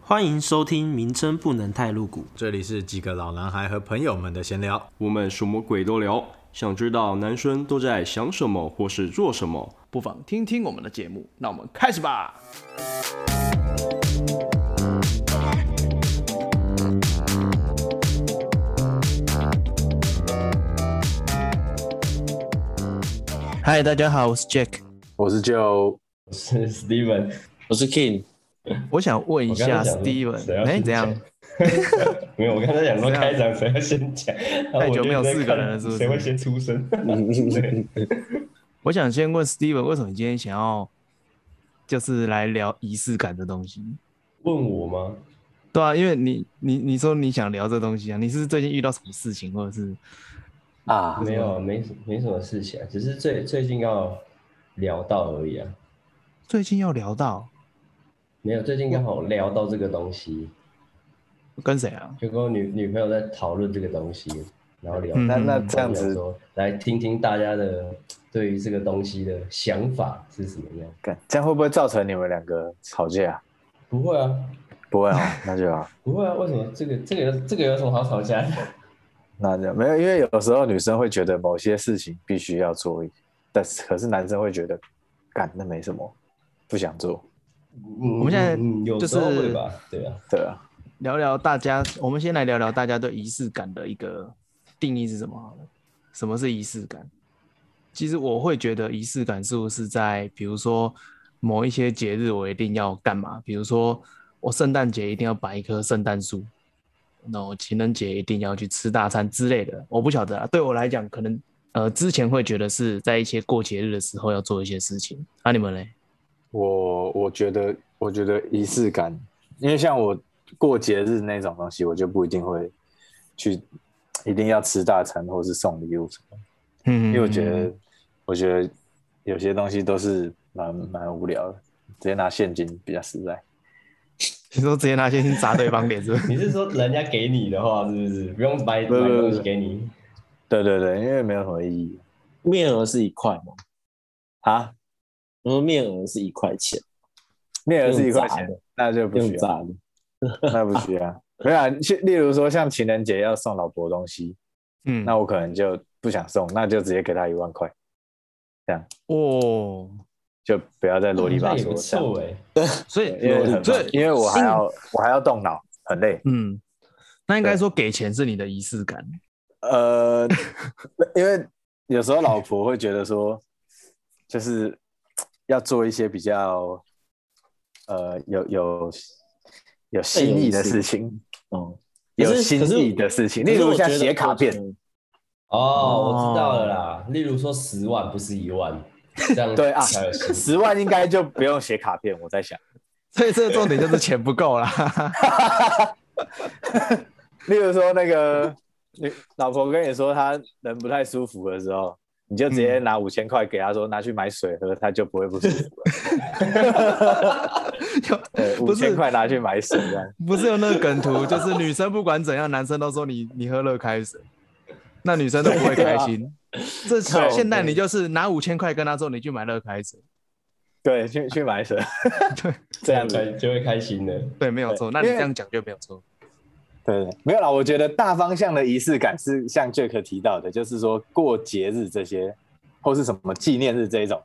欢迎收听，名称不能太露骨。这里是几个老男孩和朋友们的闲聊，我们什么鬼都聊，想知道男生都在想什么或是做什么。不妨听听我们的节目。那我们开始吧。嗨，大家好，我是 Jack。我是就是 Steven，我是 King，我想问一下我刚才想说谁 Steven，要哎、先怎样？ 没有，我刚才想说怎样开场谁要先讲，然后太我久就没有在四个看人了是不是谁会先出声？ 对我想先问 Steven，为什么你今天想要就是来聊仪式感的东西？问我吗？对啊，因为你你你说你想聊这东西啊，你是最近遇到什么事情，或者是啊，没有，没什没什么事情啊，只是最最近刚好聊到而已啊，最近要聊到没有，最近刚好聊到这个东西，跟谁啊？就跟我女女朋友在讨论这个东西，然后聊，嗯那嗯那嗯这样子，说来听听大家的对于这个东西的想法是什么样？干这样会不会造成你们两个吵架？不会啊，不会哦，那就好，不会啊，为什么这个这个有这个有什么好吵架的？那就没有，因为有时候女生会觉得某些事情必须要做，但是可是男生会觉得，干那没什么，不想做，我们现在嗯有就时候是会吧，对啊，对啊，聊聊大家，我们先来聊聊大家对仪式感的一个定义是什么好了？什么是仪式感？其实我会觉得仪式感是不是在比如说某一些节日我一定要干嘛？比如说我圣诞节一定要摆一棵圣诞树，那我情人节一定要去吃大餐之类的。我不晓得啊，对我来讲，可能呃之前会觉得是在一些过节日的时候要做一些事情。啊，你们嘞？我我觉得，我觉得仪式感，因为像我过节日那种东西，我就不一定会去，一定要吃大餐或是送礼物什么，嗯，因为我觉得，我觉得有些东西都是蛮蛮无聊的，直接拿现金比较实在。 你说直接拿现金砸对方脸是不是？你是说人家给你的话，是不是不用买买不不不东西给你？对对对，因为没有什么意义面额是一块嘛，啊。然后面额是一块钱，面额是一块用炸钱的，那就不需用要，炸的，那不需要。 没有啊，就例如说像情人节要送老婆东西，嗯，那我可能就不想送，那就直接给她一万块，哦，就不要再啰里吧那也不嗦这样。错哎，所以因为很所烦以因为我还要我还要动脑，很累。嗯，那应该说给钱是你的仪式感，呃，因为有时候老婆会觉得说，就是要做一些比较呃有有有新意的事情，哦，有可是新可是意的事情，可例是如我觉像得写卡片我觉。得哦，我知道了啦。例如说十万不是一万，这样 对啊才有心十万应该就不用写卡片，我在想。所以这个重点就是钱不够 啦。例如说那个你老婆跟你说她人不太舒服的时候，你就直接嗯拿五千块给她说拿去买水喝，她就不会不舒服了。 对，不五是千块拿去买水这样。不是有那个梗图，就是女生不管怎样，男生都说你你喝热开水，那女生都不会开心。这啊靠现在你就是拿五千块跟他说你去买热开水，对，去去买水，对这样才子。就会开心的。对，没有错。那你因为这样讲就没有错。对，没有啦，我觉得大方向的仪式感是像 Jack 提到的，就是说过节日这些，或是什么纪念日这一种。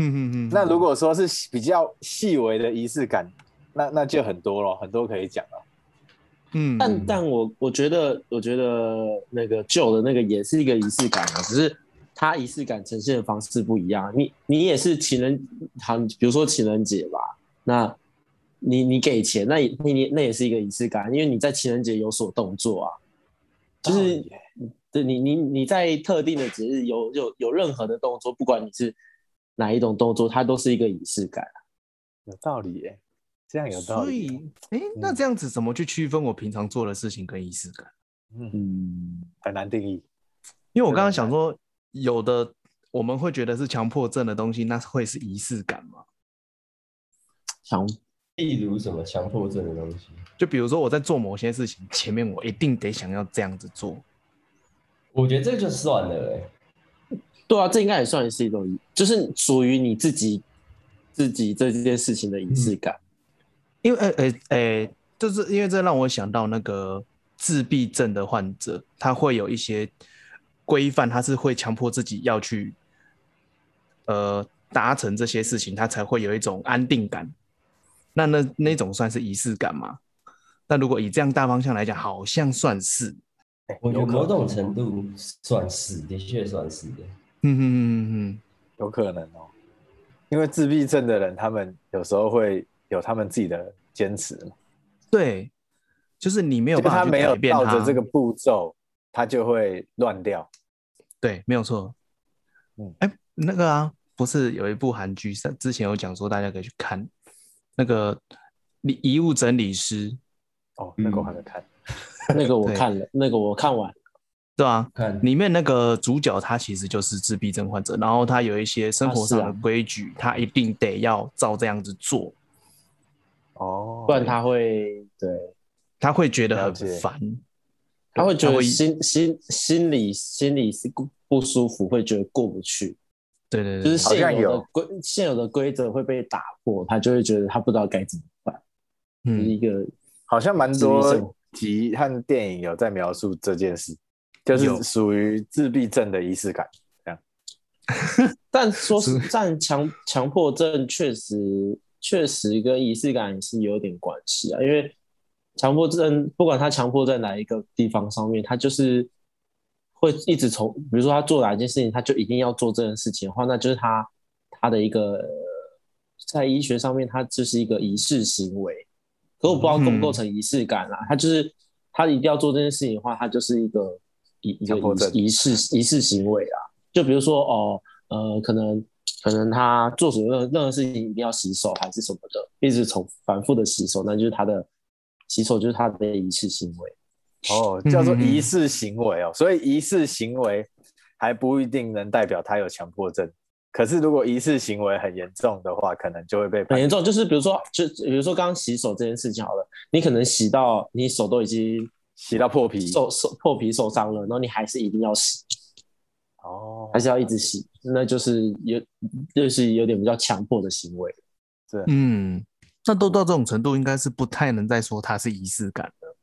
嗯嗯嗯。那如果说是比较细微的仪式感，那那就很多了，很多可以讲了。嗯，但但我我觉得，我觉得那个旧的那个也是一个仪式感啊，只是它仪式感呈现的方式不一样啊。你你也是情人，好，比如说情人节吧，那你你给钱，那也那你那也是一个仪式感，因为你在情人节有所动作啊，就是、对你你你在特定的节日有有有任何的动作，不管你是哪一种动作，它都是一个仪式感。啊有道理耶，这样有道所理。哦以，哎，那这样子怎么去区分我平常做的事情跟仪式感？嗯，嗯，很难定义。因为我刚刚想说，有的我们会觉得是强迫症的东西，那会是仪式感吗？强例如什么强迫症的东西，就比如说我在做某些事情前面，我一定得想要这样子做。我觉得这就算了哎。对啊，这应该也算是一种仪，就是属于你自己自己这件事情的仪式感。因为呃呃呃，就是因为这让我想到那个自闭症的患者，他会有一些规范，他是会强迫自己要去呃达成这些事情，他才会有一种安定感。那那那种算是仪式感吗？那如果以这样大方向来讲，好像算是。我觉得某种程度算是，的确算是的。嗯哼哼哼有可能哦，因为自闭症的人，他们有时候会有他们自己的坚持嘛，哼，对，就是你没有就办法他去没有改变照他着这个步骤，他就会乱掉。对，没有错。嗯嗯，哎，那个啊，不是有一部韩剧，上之前有讲说大家可以去看那个遗遗物整理师，哦，那嗯个我还没看，那个我对看了，那个我看完，对吧？看里面那个主角他其实就是自闭症患者，然后他有一些生啊活是上啊的规矩，他一定得要照这样子做，哦，嗯不然他会对，他会觉得了很解烦。他会觉他得会心心心里心里是不不舒服，会觉得过不去，对对对，就是好像现有的有规现有的规则会被打破，他就会觉得他不知道该怎么办，就是嗯一个好像蛮自闭多症集和电影有在描述这件事，就是属于自闭症的仪式感。但说是是但强强迫症确实确实跟仪式感也是有点关系啊，因为强迫症不管他强迫在哪一个地方上面，他就是会一直从，比如说他做哪一件事情，他就一定要做这件事情的话，那就是他他的一个呃在医学上面，他就是一个仪式行为。可我不知道构不构成仪式感啦、他就是他一定要做这件事情的话，他就是一个一一个强迫症仪仪式仪式行为啦。啊就比如说哦，呃，可能可能他做什么任何任何事情一定要洗手还是什么的，一直重反复的洗手，那就是他的洗手就是他的仪式行为。哦，叫嗯做仪式行为哦，所以仪式行为还不一定能代表他有强迫症。可是如果仪式行为很严重的话，可能就会被判很严重，就是比如说，就比如说刚刚洗手这件事情好了，你可能洗到你手都已经洗到破皮。受受破皮受伤了，然后你还是一定要洗，哦，还是要一直洗，那就是有就是有点比较强迫的行为。嗯，那都到这种程度，应该是不太能再说它是仪式感了，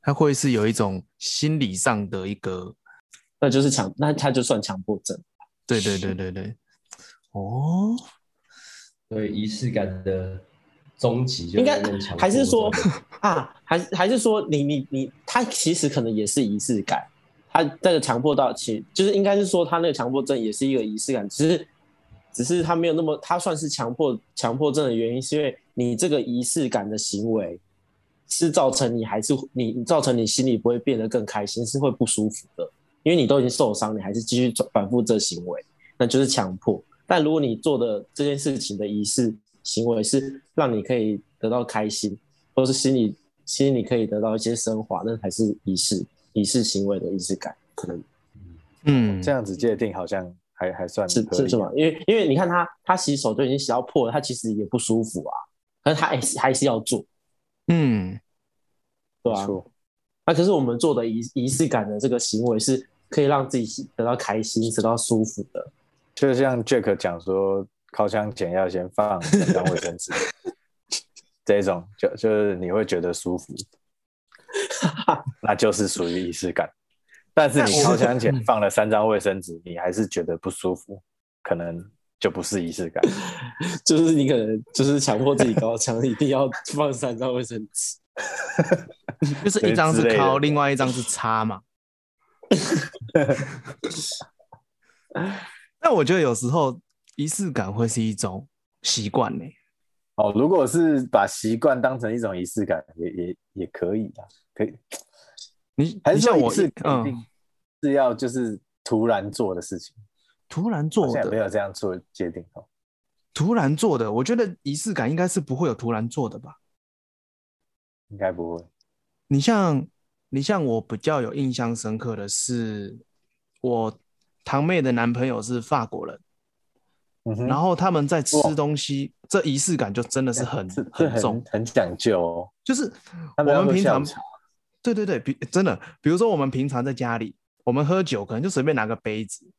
它会是有一种心理上的一个那就是强，那他就算强迫症。对对对对对，哦，对仪式感的终极就应该在那强迫还是说症 啊，还是还是说你你你，他其实可能也是仪式感，他那个强迫到其就是应该是说他那个强迫症也是一个仪式感，只是只是他没有那么，他算是强迫强迫症的原因，是因为你这个仪式感的行为是造成你还是你你造成你心里不会变得更开心，是会不舒服的，因为你都已经受伤，你还是继续反复这行为，那就是强迫。但如果你做的这件事情的仪式行为是让你可以得到开心，或是心里心里可以得到一些升华，那才是仪式仪式行为的仪式感，可能嗯，这样子界定好像还还算是合是理是吗？因为因为你看他他洗手就已经洗到破了，他其实也不舒服啊，可是他还是还是要做，嗯，对啊吧、没错那、可是我们做的仪仪式感的这个行为是可以让自己得到开心、得到舒服的，就像 Jack 讲说，靠枪前要先放两张卫 生纸，这一种就就是你会觉得舒服，那就是属于仪式感。但是你靠枪前放了三张卫生纸，你还是觉得不舒服，可能就不是仪式感。就是你可能就是强迫自己高强，一定要放三张卫生纸。就是对一张之是类的敲，另外一张是叉嘛。但我觉得有时候仪式感会是一种习惯呢。哦，如果是把习惯当成一种仪式感，也也也可以啊，可以。你还你是说像仪我式一感一定嗯，是要就是突然做的事情，突然好做像也没的，有这样做界定哦。突然做的，我觉得仪式感应该是不会有突然做的吧。应该不会。你像你像我比较有印象深刻的是，我堂妹的男朋友是法国人，嗯哼然后他们在吃哇东西，这仪式感就真的是很这这很重，很讲究哦。就是我他们要们喝平下午常茶，对对对，比真的，比如说我们平常在家里，我们喝酒可能就随便拿个杯子，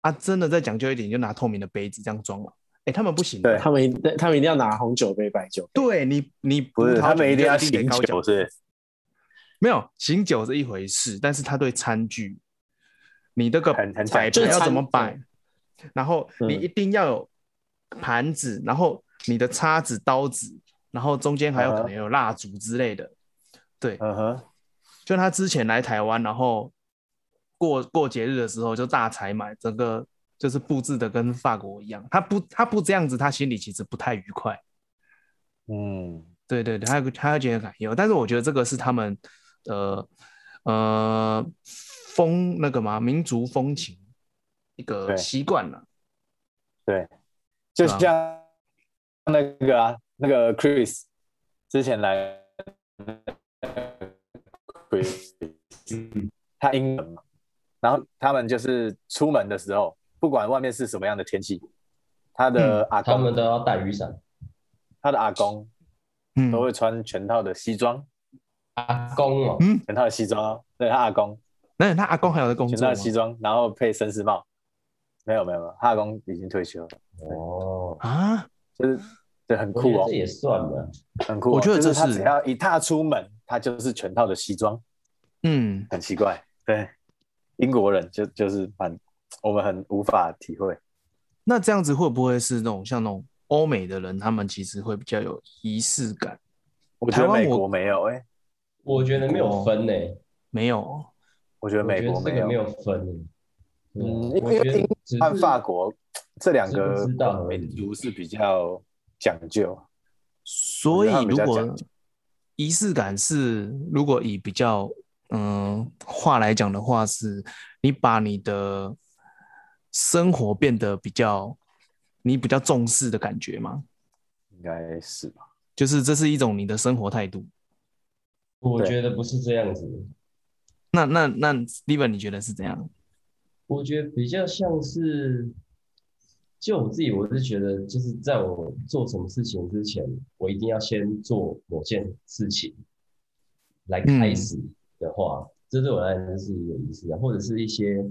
啊，真的再讲究一点，你就拿透明的杯子这样装嘛。哎，他们不行，对他们一定他们一定要拿红酒杯、白酒杯。对你你不葡是萄他们酒一定要嗯就醒得高酒，脚是不是没有醒酒是一回事，但是他对餐具，你这个很很摆讲究盘要怎么就是餐摆，然后你嗯一定要有盘子，然后你的叉子、刀子，然后中间还有可嗯哼能有蜡烛之类的。对，嗯哼，就他之前来台湾，然后过过节日的时候就大采买，整个就是布置的跟法国一样。他不他不这样子，他心里其实不太愉快。嗯，对对对，他有个他有觉得感哦忧，但是我觉得这个是他们的呃风那个嘛民族风情一个对习惯了。对，就是吧像那个啊，那个 Chris 之前来 Chris，他英文嘛，然后他们就是出门的时候，不管外面是什么样的天气，他的阿他公，们都要带雨伞。他的阿公嗯都会穿全套的西装，阿公哦，全套的西装哦，对他阿公那他阿公还有在工全作套吗的？西装，然后配绅士帽，没有没有没有，他阿公已经退休了，哦，啊，就是对很我酷觉得哦这，也算了。很酷哦、我觉得就是这他是只要一踏出门，他就是全套的西装，嗯，很奇怪。对，英国人就就是蛮我们很无法体会。那这样子会不会是那种像那种欧美的人，他们其实会比较有仪式感？我觉得台湾美我国没有哎、欸我觉得没有分呢，没有，哦我觉得我觉哦美得国这没个有，没有分呢。嗯嗯，因我为觉得只和是法国这两知个不知道而已民族是比较讲究。所以我觉得他们比如较果讲究仪式感是，如果以比较嗯话来讲的话是，你把你的生活变得比较你比较重视的感觉嘛，应该是吧？就是这是一种你的生活态度。我对觉得不是这样子。那那那 Steven 你觉得是怎样？我觉得比较像是，就我自己，我是觉得，就是在我做什么事情之前，我一定要先做某件事情来开始的话，这对我来讲就是一个仪式感，或者是一些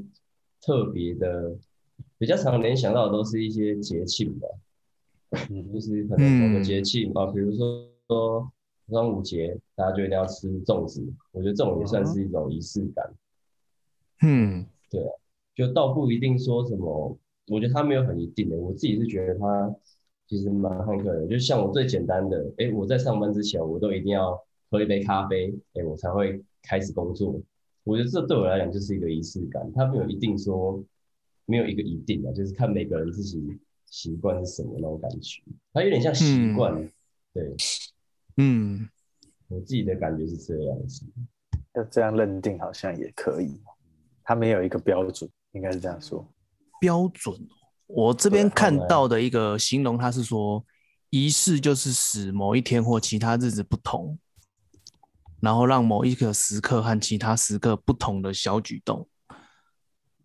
特别的，比较常联想到的都是一些节庆吧，就是可能某个节庆啊，比如说说端午节，大家就一定要吃粽子，我觉得这种也算是一种仪式感。嗯，就倒不一定说什么，我觉得它没有很一定的。我自己是觉得它其实蛮看个人，就像我最简单的，哎，我在上班之前，我都一定要喝一杯咖啡，哎，我才会开始工作。我觉得这对我来讲就是一个仪式感，它没有一定说，没有一个一定的，就是看每个人自己习惯是什么那种感觉，它有点像嗯习惯。对嗯，我自己的感觉是这样子，要这样认定好像也可以，他没有一个标准，应该是这样说。标准哦。我这边对看好嘞到的一个形容，它是说仪式就是使某一天或其他日子不同，然后让某一个时刻和其他时刻不同的小举动。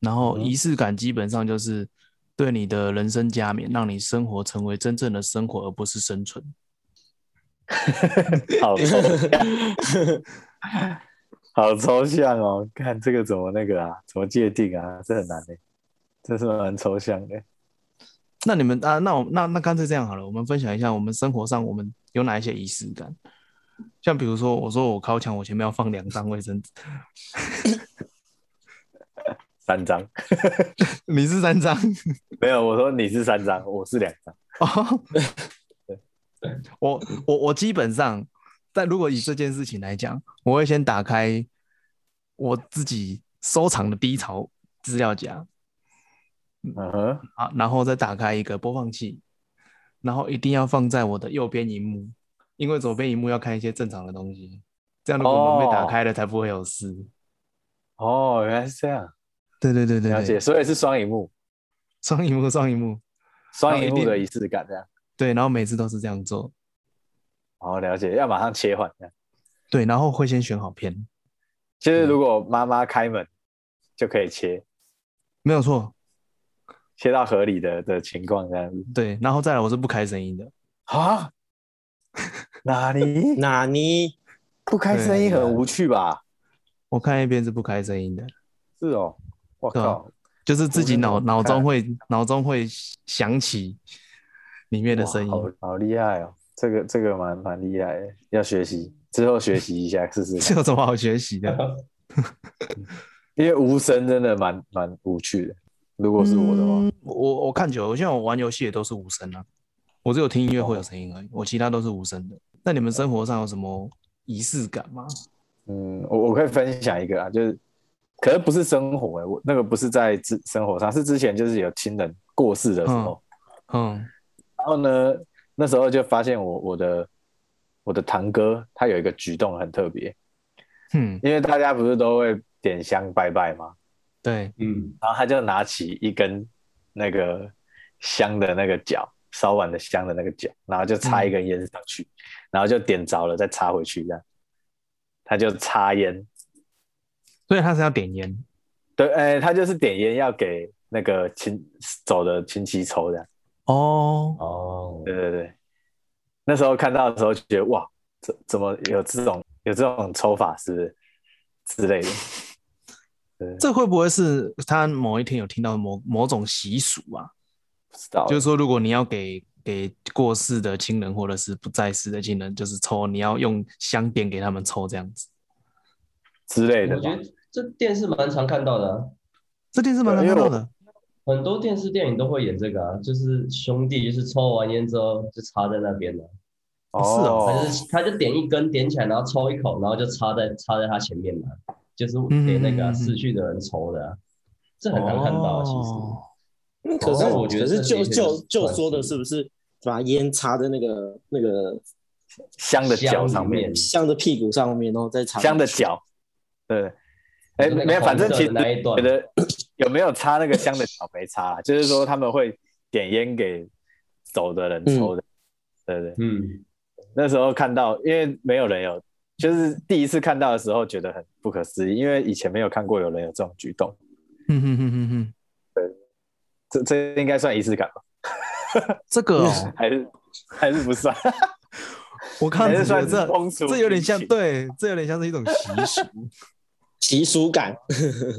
然后嗯仪式感基本上就是对你的人生加冕，让你生活成为真正的生活，而不是生存。 好抽象，好抽象哦！看这个怎么那个啊？怎么界定啊？这很难的、这是蛮抽象的、那你们啊，那我那那干脆这样好了，我们分享一下我们生活上我们有哪一些仪式感，像比如说我说我靠墙，我前面要放两张卫生纸，三张你是三张没有，我说你是三张，我是两张。哦， 我我我基本上，但如果以这件事情来讲，我会先打开我自己收藏的低潮资料夹嗯哼，啊，然后再打开一个播放器，然后一定要放在我的右边荧幕，因为左边荧幕要看一些正常的东西，这样如果门被打哦开了才不会有事。哦，原来是这样，对对对对，了解。对，所以是双荧幕，双荧幕双荧幕，双荧幕的仪式感这样。对，然后每次都是这样做，哦，了解，要马上切换这样。对，然后会先选好片，就是如果妈妈开门，就可以切，没有错，切到合理的的情况这样子。对，然后再来我是不开声音的，啊？哪里？哪尼？不开声音很无趣吧？我看一遍是不开声音的，是哦，我对啊靠。就是自己我真的脑不脑中看会脑中会想起里面的声音。 好好厉害哦，这个这个蛮蛮厉害的，要学习，之后学习一下试试这 看，有什么好学习的？ 因为无声真的蛮蛮无趣的。如果是我的话，嗯我我看久了，我现在我玩游戏也都是无声啊，我只有听音乐会有声音而已，我其他都是无声的。那你们生活上有什么仪式感吗？嗯，我我可以分享一个啊，就是，可是不是生活、欸，我那个不是在之生活上，是之前就是有亲人过世的时候，嗯然后呢，那时候就发现我我的我的堂哥他有一个举动很特别，哼，因为大家不是都会点香拜拜吗？对，嗯，然后他就拿起一根那个香的那个角，烧完的香的那个角，然后就插一根烟上去，然后就点着了再插回去，这样，他就插烟，所以他是要点烟，对，哎、他就是点烟要给那个亲走的亲戚抽的。哦，哦，对对对，那时候看到的时候就觉得哇，怎怎么有这种有这种抽法是不是 之类的？对，这会不会是他某一天有听到某某种习俗啊？不知道，就是说，如果你要给给过世的亲人或者是不在世的亲人，就是抽，你要用香点给他们抽这样子。之类的我吧。觉得这电视蛮常看到的啊，这电视蛮常对因看为到我的，很多电视电影都会演这个啊，就是兄弟就是抽完烟之后就插在那边了，是哦他就是他就点一根点起来，然后抽一口，然后就插在插在他前面嘛，就是给那个嗯嗯啊嗯嗯逝去的人抽的啊，这很难看到啊，其实。哦嗯可是哦我觉得可是这就的确就是就算说的是是不是把烟插在那个那个香的脚香上里面面，香的屁股上面，然后再插香的脚，对。哎，就那个没有，反正红色的其实那一段觉得有没有插那个香的脚没插啦，就是说他们会点烟给走的嗯人抽的，对对。嗯，那时候看到，因为没有人有，就是第一次看到的时候觉得很不可思议，因为以前没有看过有人有这种举动，嗯哼哼哼哼，这这应该算仪式感吧？这个哦， 还是还是不算？我 看还着是觉算得这风俗这有点像民，情对，这有点像是一种习俗，习俗感，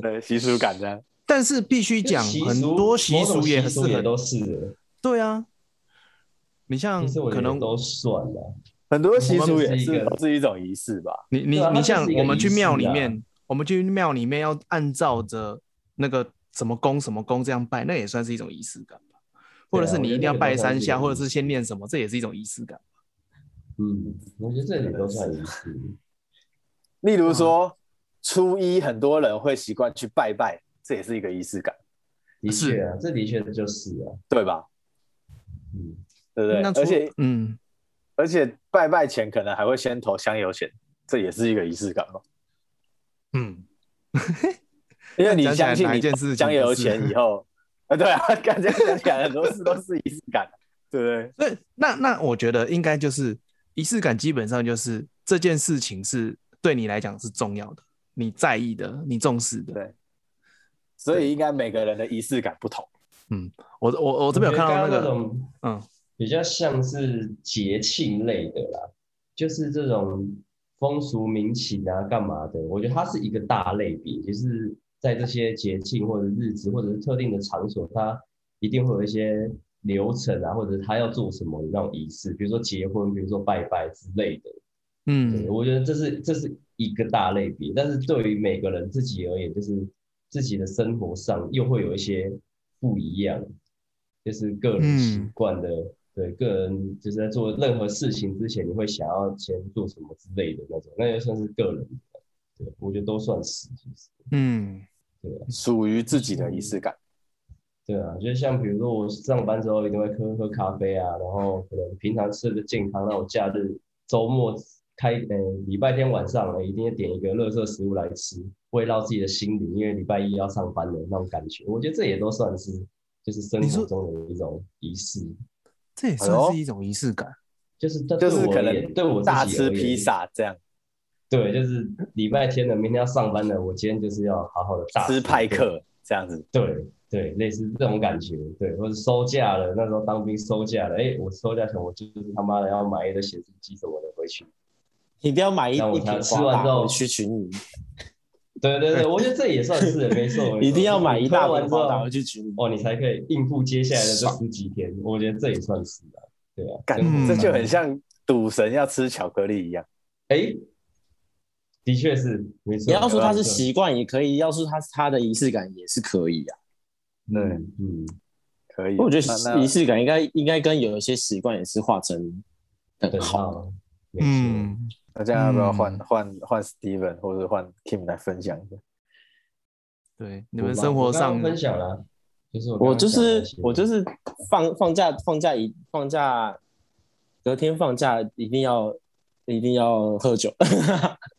对，习俗感这样。但是必须讲，习俗很多习某种俗也是俗也很都是的，对啊。你像其实我觉可得能都算了。很多习我俗们也是一是个都是一种仪式吧？你你对啊它你就是像一个我们去仪式庙里啊面，我们去庙里面要按照着那个什么宫什么宫这样拜，那也算是一种仪式感吧。或者对啊是我你一觉得定那要个都拜算三是一下，个或者仪是先念什么，这也是一种仪式感。嗯，我觉得这里都算仪式。例如嗯说，初一很多人会习惯去拜拜，这也是一个仪式感，的确啊，这的确就是啊，对吧？嗯，对不对那？除而且嗯，而且拜拜前可能还会先投香油钱，这也是一个仪式感嘛。哦嗯，因为你讲起来相信哪一你件事情香不油是钱以后，啊， 对啊，感觉讲起来很多事都是仪式感，对不对？所以那那我觉得应该就是仪式感，基本上就是这件事情是对你来讲是重要的，你在意的，你重视的。对所以应该每个人的仪式感不同。我我我我这边有看到那觉得刚个，刚种嗯，比较像是节庆类的啦，就是这种风俗民情啊，干嘛的？我觉得它是一个大类别，就是在这些节庆或者日子或者是特定的场所，它一定会有一些流程啊，或者他要做什么的那种仪式，比如说结婚，比如说拜拜之类的。对，嗯，我觉得这是这是一个大类别，但是对于每个人自己而言，就是自己的生活上又会有一些不一样，就是个人习嗯惯的，对，个人就是在做任何事情之前，你会想要先做什么之类的那种，那就算是个人的，对，我觉得都算是，其实嗯，属于自己的仪式感。对啊，就像比如说我上班之后一定会喝喝咖啡啊，然后可能平常吃的健康，那我假日、周末开，呃，礼拜天晚上呃呢，一定要点一个垃圾食物来吃，慰劳自己的心灵，因为礼拜一要上班的那种感觉。我觉得这也都算是就是生你说活中的一种仪式，这也哎算呦是一种仪式感。就是对对就是我可而言，能对我自大己吃而言披，萨这样，对，就是礼拜天的，明天要上班的，我今天就是要好好的大吃派，克这样子，对对，类似这种感觉，对，或者收假了，那时候当兵收假了，哎，我收假前我就是他妈的要买一个显示机什么的回去，一定要买一那我一瓶才吃华完之大后回去群里。对对对，我觉得这也算是没错，没错 一定要买一大你本喝花打完回之后，去煮。哦，你才可以应付接下来的这十几天。我觉得这也算是啊，对啊，感嗯这就很像赌神要吃巧克力一样。哎，的确是没错。你要说它是没错，习惯也可以，要说它是它的仪式感也是可以啊。对，嗯，可以，我觉那得那仪式感应该应该跟有一些习惯也是画成等等号。号，没错，嗯，那这样要不要换嗯换换 Steven 或者换 Kim 来分享一下？对，你们我生活我刚上刚分享了，就是我刚我刚就讲的是那些我就是放放假放假一放假，隔天放假一定要一定要喝酒。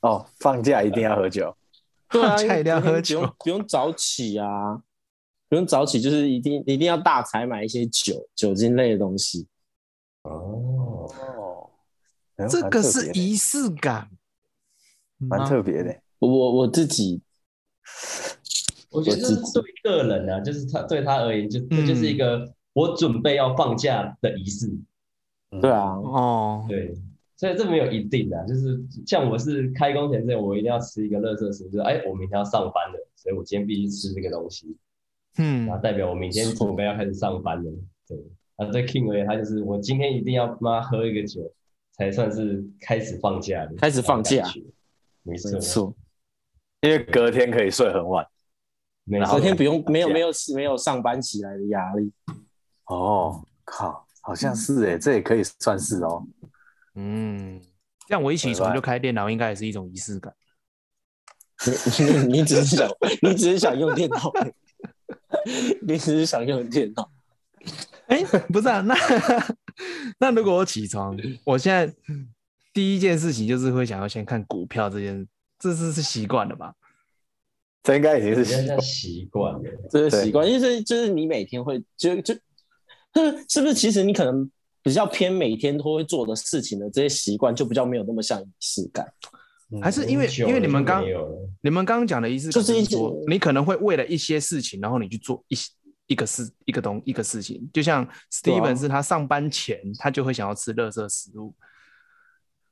哦，放假一定要喝酒，对啊，放假一定要喝酒不用不用早起啊，不用早起就是一定一定要大采买一些酒酒精类的东西。哦，哦，哎呦这蛮个特是别的仪式感，嗯啊蛮特别的。我我我自己我觉得这是对个人啊，就是他对他而言，就这就是一个我准备要放假的仪式，对啊，哦，对，所以这没有一定的啊，就是像我是开工前这样，我一定要吃一个乐色食物，就是哎，我明天要上班了，所以我今天必须吃这个东西，嗯然后代表我明天准备要开始上班了，对。啊，对 King 而言，他就是我今天一定要妈喝一个酒，才算是开始放假的，开始放假，没错没，错，因为隔天可以睡很晚。没然后昨错，天不用没有放假没有没有上班起来的压力。 哦，靠，好像是哎，这也可以算是哦。嗯，这样我一起床就开电脑，应该也是一种仪 式感。你你只是想，你只是想用电脑， 你只是想用电脑。哎，不是啊，那 那如果我起床，我现在第一件事情就是会想要先看股票这件，这是是习惯了吧？这应该已经人是家叫嗯习惯习惯了，这个习惯，因为这就是你每天会就就，是不是？其实你可能比较偏每天都会做的事情的这些习惯，就比较没有那么像仪式感。还是嗯因为久因了为你们就刚没有了你们刚刚讲的仪式感，就是是一些说你可能会为了一些事情，然后你去做一些一个事一个东一个事情，就像对啊 Steven 是他上班前他就会想要吃垃圾食物，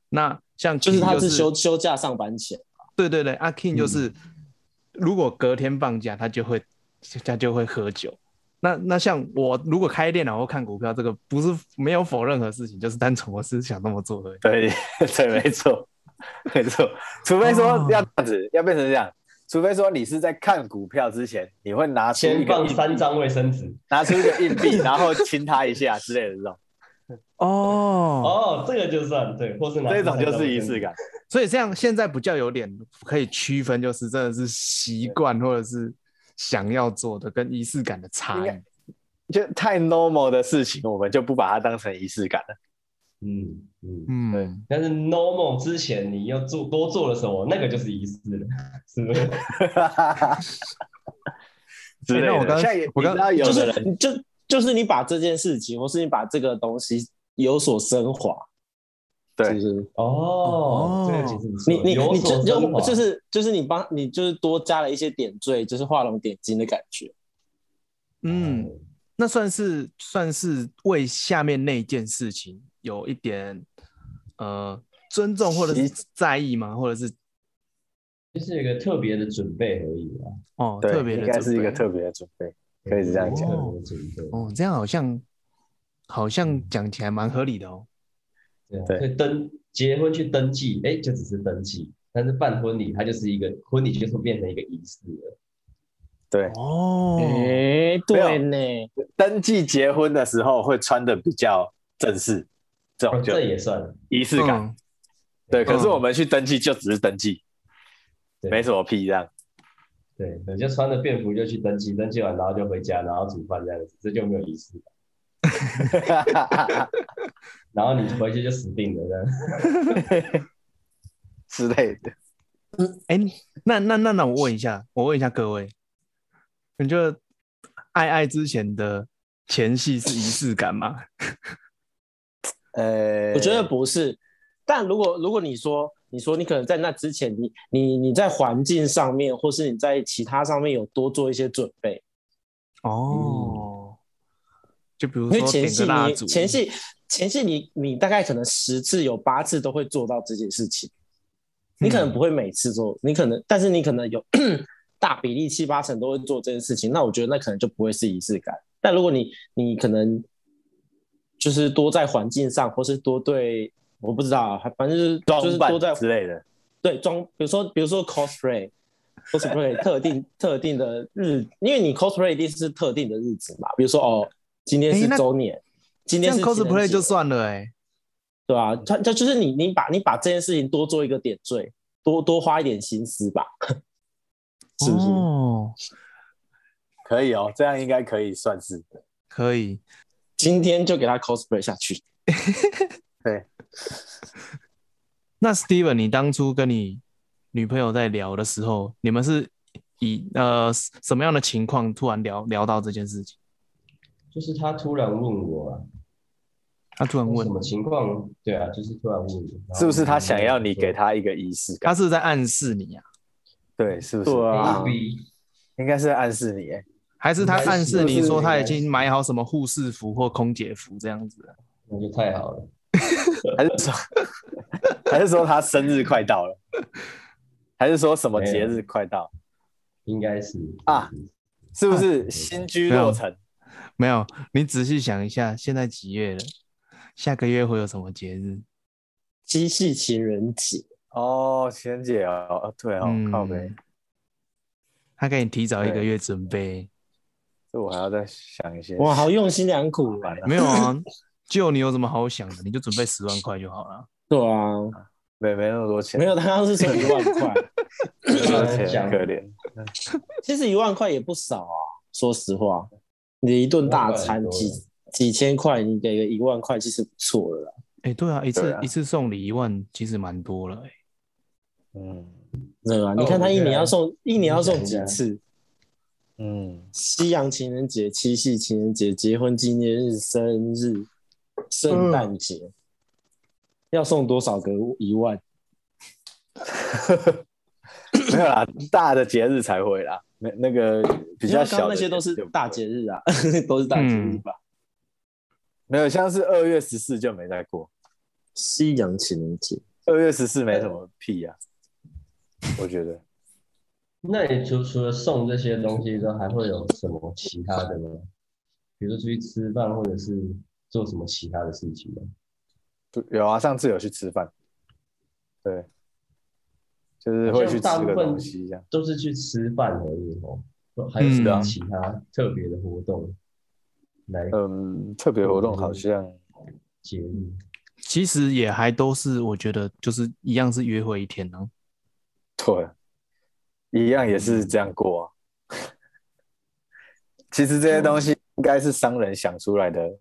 那像 King 就是他是休嗯嗯是休假上班前，对对对，阿 King 就是、如果隔天放假，他就会他就会喝酒。那那像我如果开电脑或看股票，这个不是没有否任何事情，就是单纯我是想那么做而已。 对对，没错，没错。除非哦说要这样子，要变成这样，除非说你是在看股票之前，你会拿出一先个放硬三张卫生纸。拿出一个硬币，然后亲他一下之类的这种，哦，哦，这个就算对，或是拿这种就是仪式。感。所以这样现在比较有点可以区分，就是真的是习惯或者是想要做的跟仪式感的差应异该。就太 normal 的事情，我们就不把它当成仪式感了。嗯嗯。嗯，但是 normal 之前你又做多做了什么，那个就是仪式了，是不是？ 之类哎那我的，刚像也我刚你知道有就的是人你就就是你把这件事情，或是你把这个东西有所升华，是不对是？哦，这个其实不错你你有你所就升华就就是就是你帮你就是多加了一些点缀，就是画龙点睛的感觉。嗯，那算是算是为下面那件事情有一点呃尊重或者是在意吗？或者是就是有一个特别的准备而已啊，哦特对，别应的该是一个准备特别的准备，可以这样讲特别的准备。哦，这样好像好像讲起来蛮合理的哦。对啊，对所以登结婚去登记，哎，就只是登记，但是办婚礼它就是一个婚礼，就是变成一个仪式了。对。哦，嗯哎、对呢，登记结婚的时候会穿的比较正式，这哦种就这也算仪式感。嗯对，可是嗯我们去登记就只是登记，对没什么屁 这样。对，你就穿着便服就去登记，登记完然后就回家，然后煮饭这样子，这就没有仪式感。然后你回去就死定了，这样。之类的，哎、那那那那我问一下，我问一下各位，你觉得爱爱之前的前戏是仪式感吗？呃，我觉得不是。但如果如果你说你说你可能在那之前你，你你在环境上面，或是你在其他上面有多做一些准备，哦，就比如因为说前点戏个蜡你烛，前戏前戏你你大概可能十次有八次都会做到这件事情，你嗯可能不会每次做，你可能，但是你可能有 大比例七八成都会做这件事情，那我觉得那可能就不会是仪式感。但如果你你可能就是多在环境上，或是多对，我不知道啊，反正就是就是装扮多在之类的，对装，比如说比如说 cosplay。cosplay 特定特定的日，因为你 cosplay 一定是特定的日子嘛，比如说哦，今天诶是那周年，今这天样是情人 cosplay 节就算了哎、对啊，他他就是你，你把你把这件事情多做一个点缀，多多花一点心思吧，是不是？哦，可以哦，这样应该可以算是哦可以，今天就给他 cosplay 下去。那 Steven，你当初跟你女朋友在聊的时候，你们是以呃什么样的情况突然聊聊到这件事情？ 就是他突然问我啊，他突然问什，嗯么情况？对啊，就是突然问我，是不是他嗯想要你给他一个仪式感？他是在暗示你啊，对，是不是？对啊然后我就？Maybe 应该是暗示你欸耶，还是他应该暗示你是说他已应该是经买好什么护士服或空姐服这样子？那就太好了。还是说还是说他生日快到了，还是说什么节日快到？应该是啊，是不嗯是新居落成？没有，你仔细想一下，现在几月了？下个月会有什么节日？七夕情人节，哦，情人节哦，对哦，嗯靠北，他给你提早一个对月准备，这我还要再想一些。哇，好用心良苦啊！完了，没有啊？就你有什么好想的？你就准备十万块就好了。对啊，没没那么多钱，没有，他刚刚是说一万块，没那么多这钱，样可怜。其实一万块也不少啊。说实话，你一顿大餐几几千块，你给个一万块，其实不错了啦。哎，对啊，一对次、啊一次送礼一万，其实蛮多了、欸。嗯对吧？哦你看他一对年啊要送一年要送你几想一下次？嗯，西洋情人节、七夕情人节、结婚纪念日、生日、圣诞节，要送多少个一万？没有啦，大的节日才会啦，那那个比因较为刚小刚的那些都是就不会大节日啊， 嗯都是大节日吧？没有，像是二月十四就没再过，西洋情人节，二月十四没什么屁呀、我觉得那你除除了送这些东西之后，还会有什么其他的吗？比如说出去吃饭，或者是做什么其他的事情吗？不有啊，上次有去吃饭，对，就是会去好像大吃部个分东西这样。都是去吃饭而已哦，还有什嗯啊么其他特别的活动来嗯，特别活动好像节日？其实也还都是，我觉得就是一样是约会一天呢、对，一样也是这样过啊。其实这些东西应该是商人想出来的，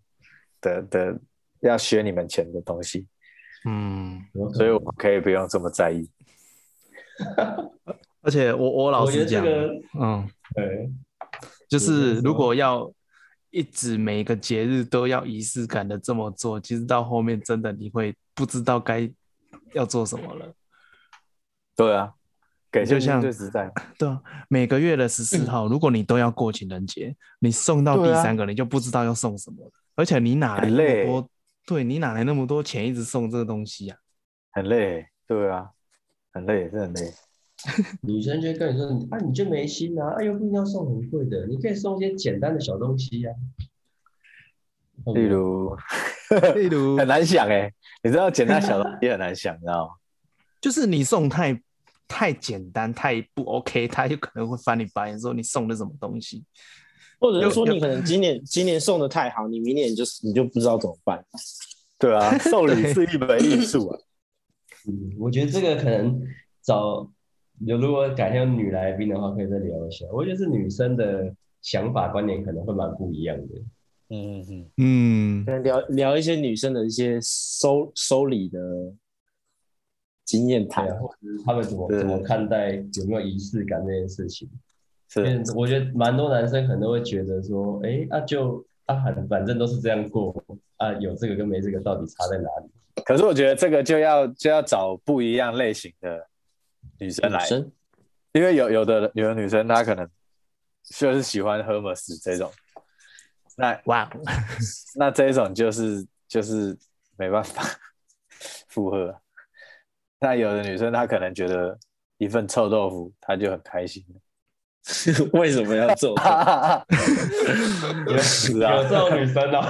的的要削你们钱的东西，嗯，有可所以能我们可以不用这么在意。而且我我老我觉实得这讲，个哎嗯，对，就是如果要一直每个节日都要仪式感的这么做，其实到后面真的你会不知道该要做什么了。对啊，给现就像金最实在。对啊，每个月的十四号，如果你都要过情人节，你送到嗯对第啊三个，你就不知道要送什么了。而且你哪来很那么累多？对你哪来那么多钱一直送这个东西啊？ 很累，对啊，很累，真的很累。嗯女生就会跟你说，啊，你就没心啊，啊，又不一定要送很贵的，你可以送一些简单的小东西呀、啊，例 如，例如很难想哎、你知道简单 小东西很难想，你知道吗？就是你送太太简单、太不 OK，他就可能会翻你白眼，说你送的什么东西。或者是说有你可能今年今年送的太好，你明年就是你就不知道怎么办。对 啊，送礼是一门艺术啊。嗯，我觉得这个可能找有如果改天有女来宾的话，可以再聊一下。我觉得是女生的想法观点可能会蛮不一样的。嗯嗯嗯，嗯可，能聊聊一些女生的一些收收礼的经验谈对，啊，或者是他们怎么对怎么看待有没有仪式感这件事情？因为是我觉得蛮多男生可能都会觉得说，哎，那、就啊，反反正都是这样过啊，有这个跟没这个到底差在哪里？可是我觉得这个就要就要找不一样类型的女生女来，生 因为有有的有的女生她可能就是喜欢 Hermes 这种，那哇，哦那 这一种就是就是没办法附和，那有的女生她可能觉得一份臭豆腐她就很开 心，为什么要做？ 是有啊这，种女生哦，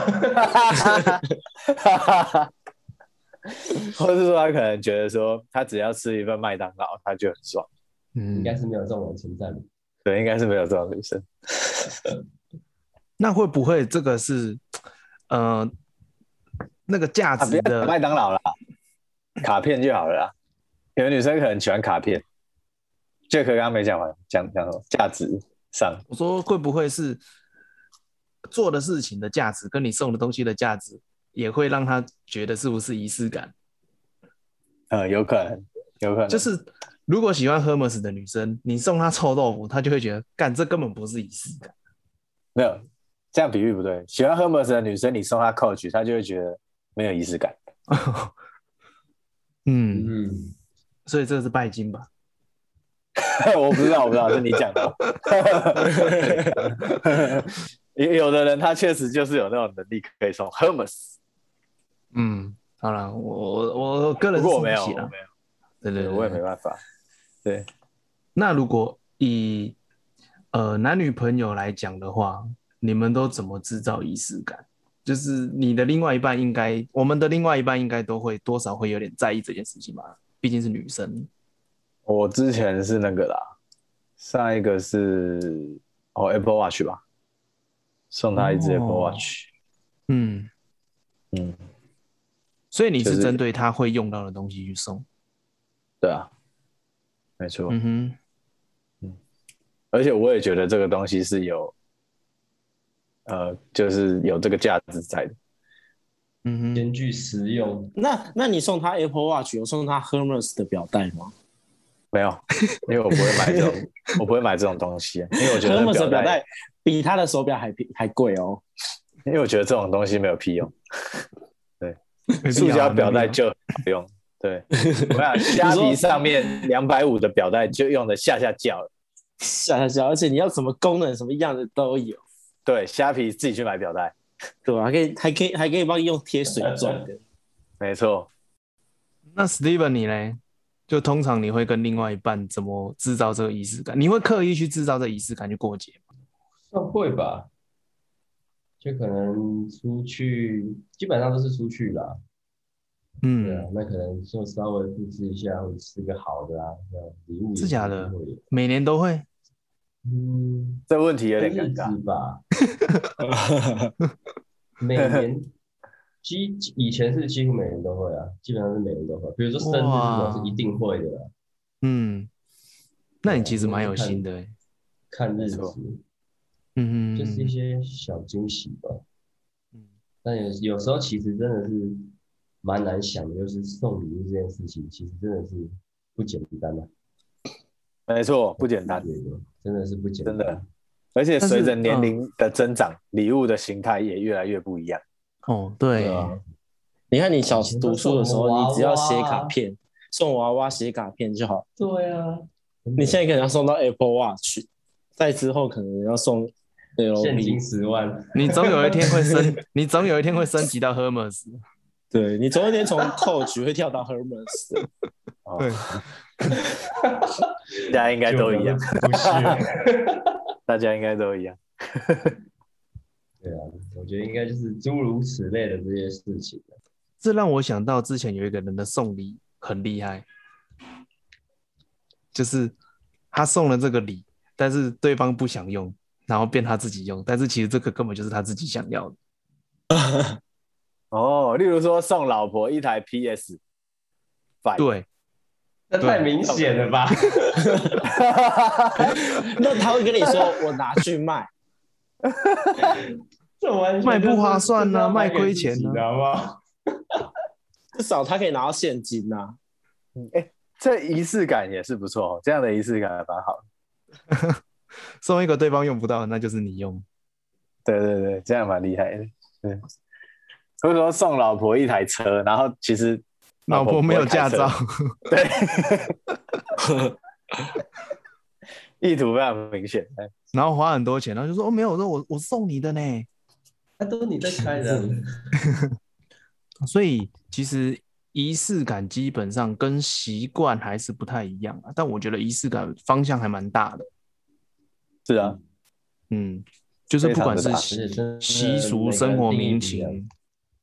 或者说她可能觉得说她只要吃一份麦当劳她就很爽，嗯应该是没有这种人存在的。对，应该是没有这种女生。那会不会这个是，呃，那个价啊，不值要的讲麦当劳啦，卡片就好了啦。有的女生可能喜欢卡片，Jack 刚刚没讲完，讲讲什么价值上，我说会不会是做的事情的价值跟你送的东西的价值，也会让他觉得是不是仪式感？呃，有可能，有可能，就是如果喜欢 Hermes 的女生，你送她臭豆腐，她就会觉得干这根本不是仪式感。 没有这样比喻不对。喜欢 Hermes 的女生，你送她 Coach，她就会觉得没有仪式感。嗯，嗯，所以这是拜金吧？ 我不知道，我不知道是你讲的。 有有的人他确实就是有那种能力可以送 Hermes，嗯，好了，我我我个人不是过我送不起没有，我没啦有，对对对对，我也没办法。对，那如果以呃男女朋友来讲的话，你们都怎么制造仪式感？就是你的另外一半应该，我们的另外一半应该都会多少会有点在意这件事情吧，毕竟是女生。我之前是那个啦，上一个是哦 Apple Watch 吧，送他一只 Apple 哦 Watch，、嗯，嗯，所以你就是是针对他会用到的东西去送。对啊，没错，嗯哼，而且我也觉得这个东西是有，呃，就是有这个价值在的，嗯哼，兼具实用， 那那你送他 Apple Watch，有送他 Hermes 的表带吗没有，因为我不会买这 种，我不会买这种东西，因为我觉得？Hermes 的表表带带，比他的手表还便还贵哦。因为我觉得这种东西没有屁用，没必要啊塑胶表带没必要就不用，对， 我想虾皮上面两百五的表带就用的下下叫了。下下下，而且你要什么功能、什么样的都有，对，虾皮自己去买表带，对吧、还可以还可以还可以帮你用贴水呃钻的。没错。那 Steven 你嘞？就通常你会跟另外一半怎么制造这个仪式感？你会刻意去制造这仪式感去过节吗？算会吧。就可能出去，基本上都是出去啦。对啊嗯，，那可能就稍微布置一下，或者吃个好的啊，这样礼物也是假的会有每年都会。嗯，这问题有点日尴尬，子吧。 每年基以前是几乎每年都会啊，基本上是每年都会。比如说生日这种是一定会的啦，啊嗯，那你其实蛮有心的欸、看日没子错嗯就是一些小惊喜吧。嗯但有有时候其实真的是蛮难想的，就是送礼物这件事情，其实真的是不简单的、啊，没错，不简单，真的是不简单。真的。而且随着但是嗯年龄的增长，礼物的形态也越来越不一样。哦，对，你看你小时读书的时以前都候，送娃娃啊你只要写卡片，送娃娃写卡片就好。对啊，真的你现在可能要送到 Apple Watch，在之后可能要送 L 现金 B，十万，你总有一天会升，你总有一天会升级到 Hermes。对你总有一天从 Coach 会跳到 Hermes 的。哦对，大家应该都一样，不是？大家应该都一样。对啊，我觉得应该就是诸如此类的这些事情。这让我想到之前有一个人的送礼很厉害，就是他送了这个礼，但是对方不想用，然后变他自己用，但是其实这个根本就是他自己想要的。哦，例如说送老婆一 台 PS，对，那太明显了吧？那他会跟你说我拿去卖，这完全就是卖不划算啊就是要卖给亏自己钱啊的好不好？至少他可以拿到现金啊。这仪式感也是不错哦，这样的仪式感蛮好的。送一个对方用不到的，那就是你用。对对对，这样蛮厉害的。对，或者说送老婆一台车，然后其实老婆没有不会开驾车照， 对，意图非常明显。哎然后花很多钱，然后就说哦没有，我说我我送你的呢。 那都是你在开的啊，所以其实仪式感基本上跟习惯还是不太一样啊，但我觉得仪式感方向还蛮大的。是啊，嗯，就是非不常管地是大习而且真的习俗、每个生人活、定义民不一样情，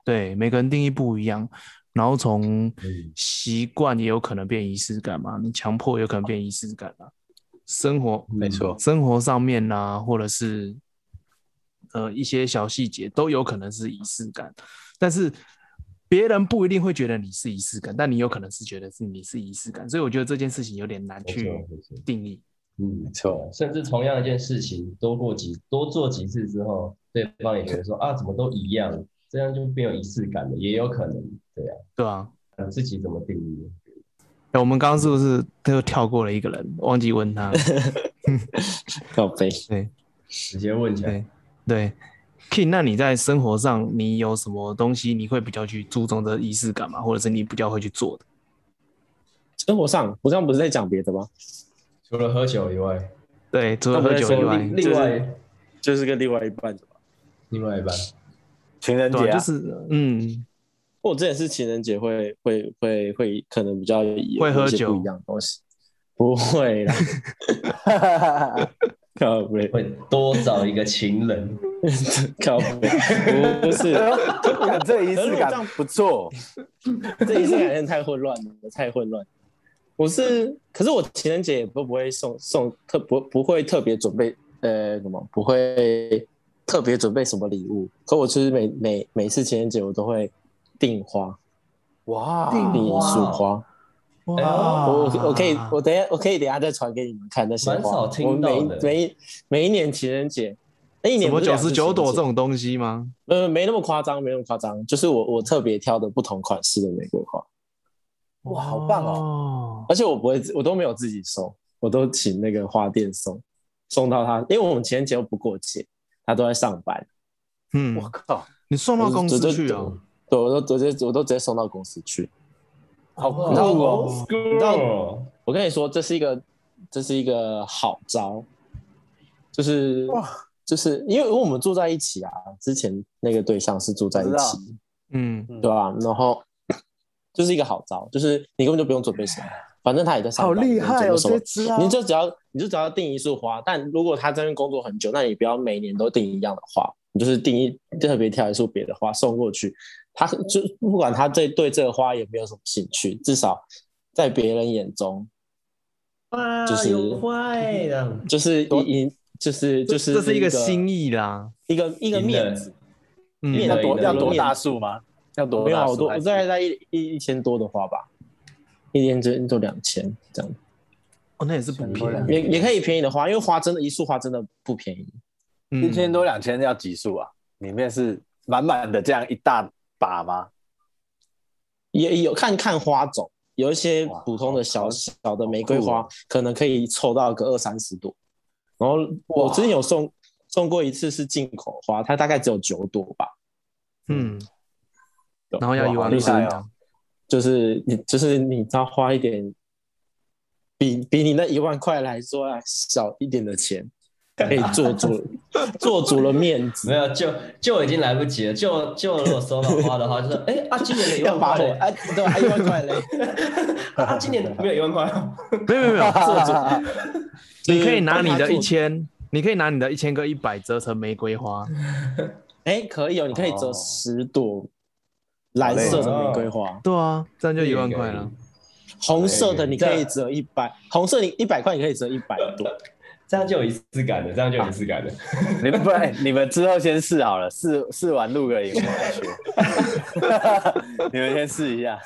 对每个人定义不一样。然后从嗯习惯也有可能变仪式感嘛，你强迫也有可能变仪式感啊。生活没错，生活上面啊，或者是呃一些小细节都有可能是仪式感，但是别人不一定会觉得你是仪式感，但你有可能是觉得是你是仪式感，所以我觉得这件事情有点难没去错没错定义。嗯没，错，甚至同样一件事情多过几多做几次之后，对方也觉得说啊，怎么都一样，这样就变有仪式感了，也有可能，对啊，对啊，呃自己怎么定义？哎我们刚刚是不是都跳过了一个人？忘记问他。靠背。直接问起来，对对，King，那你在生活上你有什么东西你会比较去注重的仪式感吗？或者是你比较会去做的？生活上，我刚刚不是在讲别的吗？除了喝酒以外，对，啊除了那喝我在酒说以另外，就另是外就是跟另外一半的嘛。另外一半，情人节对啊、啊就是嗯，我之前是情人节会会会会可能比较有会喝一些酒不一样的东西，不会 啦，靠背会多找一个情人，靠背，不 是，看这个仪式感不错， 这一次感觉太混乱了，太混乱。我是，可是我情人节也不不会送送特不不会特别准备呃什么，不会特别准备什么礼物。可我其实每每每次情人节我都会订花，哇，订一束花。哎呦我我我可以我等一下我可以等一下再传给你们看那些蛮花。少听我每到的每一每一年情人节，那一什年不么是九两次十九情朵人这节种东西吗？呃，没那么夸张，没那么夸张，就是我我特别挑的不同款式的玫瑰花，哇，好棒哦！哦，而且我不会自，我都没有自己收，我都请那个花店送，送到他，因为我们情人节又不过节，他都在上班，嗯我，靠，你送到我公司这去这哦，对，我都我直接我都直接送到公司去。好酷哦哦！ ，old school，我跟你说，这是一个这是一个好招，就是哇就是因为我们住在一起啊，之前那个对象是住在一我知道起，嗯，对吧、然后 就是一个好招，就是你根本就不用准备什么，反正他也在上好班，厉害你哦，准备这什只啊么？你就只要你就只要订一束花，但如果他在那边工作很久，那你不要每年都订一样的花，你就是订一特别挑一束别的花送过去。他就不管他对对这个花有没有什么兴趣，至少在别人眼中就是有坏的，就是一一就是就是这是一个新心意啦，一个一个赢面了子，嗯，面要对多的要路多面大树吗？要多没有大啊我树多还我是？大概在一一一千多的花吧，一千就就两千这样。哦，那也是不便宜，也也可以便宜的花，因为花真的，一束花真的不便宜。嗯一千多两千要几束啊？里面是满满的这样一大把吗？也有看看花种，有一些哇普通的小好小的玫瑰好酷哦花，可能可以凑到个二三十朵。然后我之前有送送过一次是进口花，它大概只有九朵吧。嗯，对然后要一哇好万厉块害啊哦，就是你就是你要花一点，比比你那一万块来说啊少一点的钱，可以做 足做足了面子。没有就就已经来不及了，就就如果收到花的 话，就是哎啊，今年的一要万把块我嘞，哎，对，还一万块 嘞， 啊，今年没有一万块 哦，没有没有没有， 就你是可以拿帮你他的做一千，你可以拿你的一千个一百折成玫瑰花，哎，可以哦，你可以折哦十朵蓝色的玫瑰花，对啊，这样就一万可以块了。红色的你可以对折一百，红色你一百块你可以折一百朵，这样就有仪式感了，这样就有仪式感了。你们不然哎你们之后先试好了，试试完录个影我来学。 你们先试一下，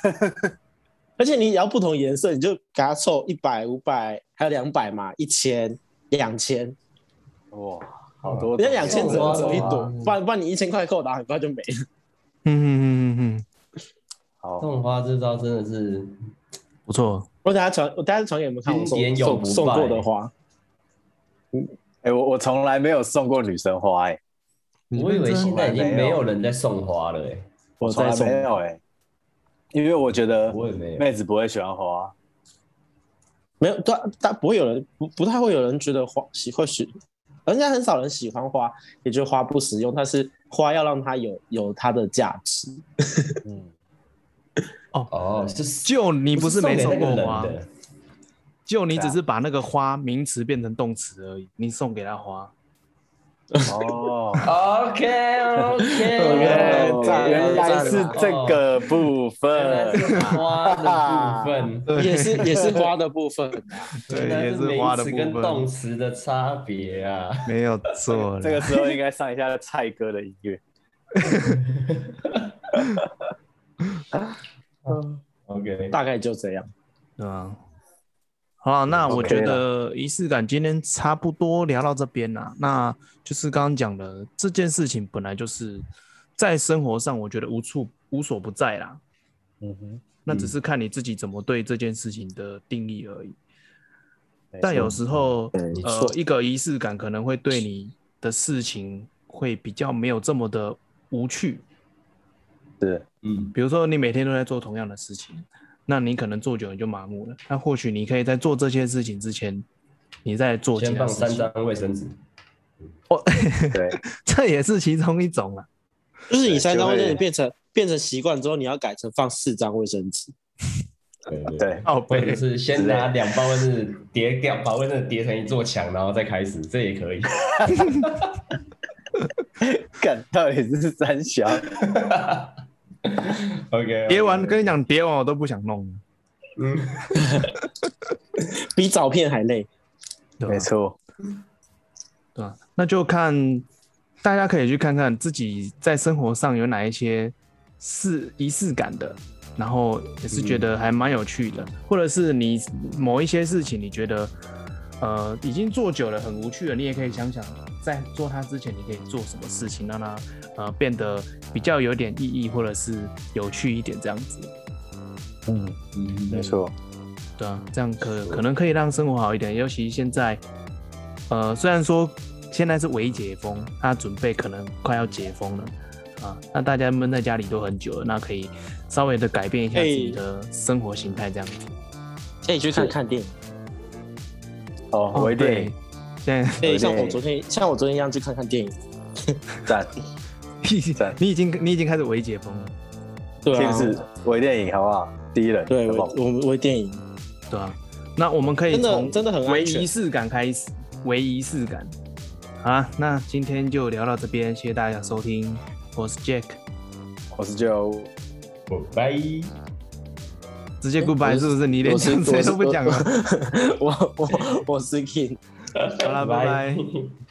而且你要不同颜色，你就给它凑一百、五百，还有两百嘛，一千、两千，哇，好多！人家两千哦只能折一哇朵，不然不然你一千块扣打很快就没了。嗯嗯嗯嗯嗯，好，送花这招真的是不错。我等下传，我等下传给你们看我经典送永送不送过败的花，哎，我我从来没有送过女生花，哎，我以为现在已经没没有有人在送花了、欸，我从再来送。没有哎，因为我觉得我也没有妹子不会喜欢花，没有，但但不会有人不不太会有人觉得花喜会喜，人家很少人喜欢花，也觉得花不实用，但是花要让它有有它的价值。嗯，哦，就是就你不是没送给送那过个人花，的，就你只是把那个花名词变成动词而已，你送给他花。哦， OK OK，原哦原来是这个部原来分，是花的部 分，也是也是花的部分啊，对，原来也是是花的部名词跟动分，词的差别啊。没有错啦。这个时候应该上一下蔡哥的音乐。 OK，大概就这样。对啊。好啊，那我嗯 OK 觉得仪式感今天差不多聊到这边啦、那就是刚刚讲的这件事情，本来就是在生活上，我觉得无处无所不在啦。嗯哼，那只是看你自己怎么对这件事情的定义而已。没但错有时候，没呃，一个仪式感可能会对你的事情会比较没有这么的无趣。是嗯，比如说你每天都在做同样的事情，那你可能做久了就麻木了。那或许你可以在做这些事情之前，你再做其先他放事三情，张卫生纸，对， 这也是其中一种啊。就是你三张卫生就纸会变成变成习惯之后，你要改成放四张卫生纸。对对，哦，或者是先拿两包卫生纸叠两把卫生纸叠成一座墙，然后再开始，这也可以。干到底是三小， OK，叠完跟你讲，叠完我都不想弄了。嗯，比照片还累。对吧啊没错，对吧？那就看大家可以去看看自己在生活上有哪一些是仪式感的，然后也是觉得还蛮有趣的，或者是你某一些事情你觉得呃已经做久了很无趣了，你也可以想想在做它之前你可以做什么事情让它呃变得比较有点意义或者是有趣一点这样子，嗯，没错，对啊，这样可可能可以让生活好一点，尤其现在，呃，虽然说现在是微解封，那准备可能快要解封了啊，那大家闷在家里都很久了，那可以稍微的改变一下自己的哎生活形态，这样子。可以去看看电影，哦，我一对定，现 在可以有像点我昨天像我昨天一样去看看电影。赞，你已经赞你已经你已经开始微解封了，对先啊，是微电影好不好？第一人，对好不我好我我电影对啊，那我们可以真的从真的很安唯全仪式感开始，唯仪式感。好啊，那今天就聊到这边，谢谢大家收听，我是 Jack，我是就拜。直接 goodbye 是不是？你连我是 讲谁都不讲了。我我我是 King。好啦，拜拜。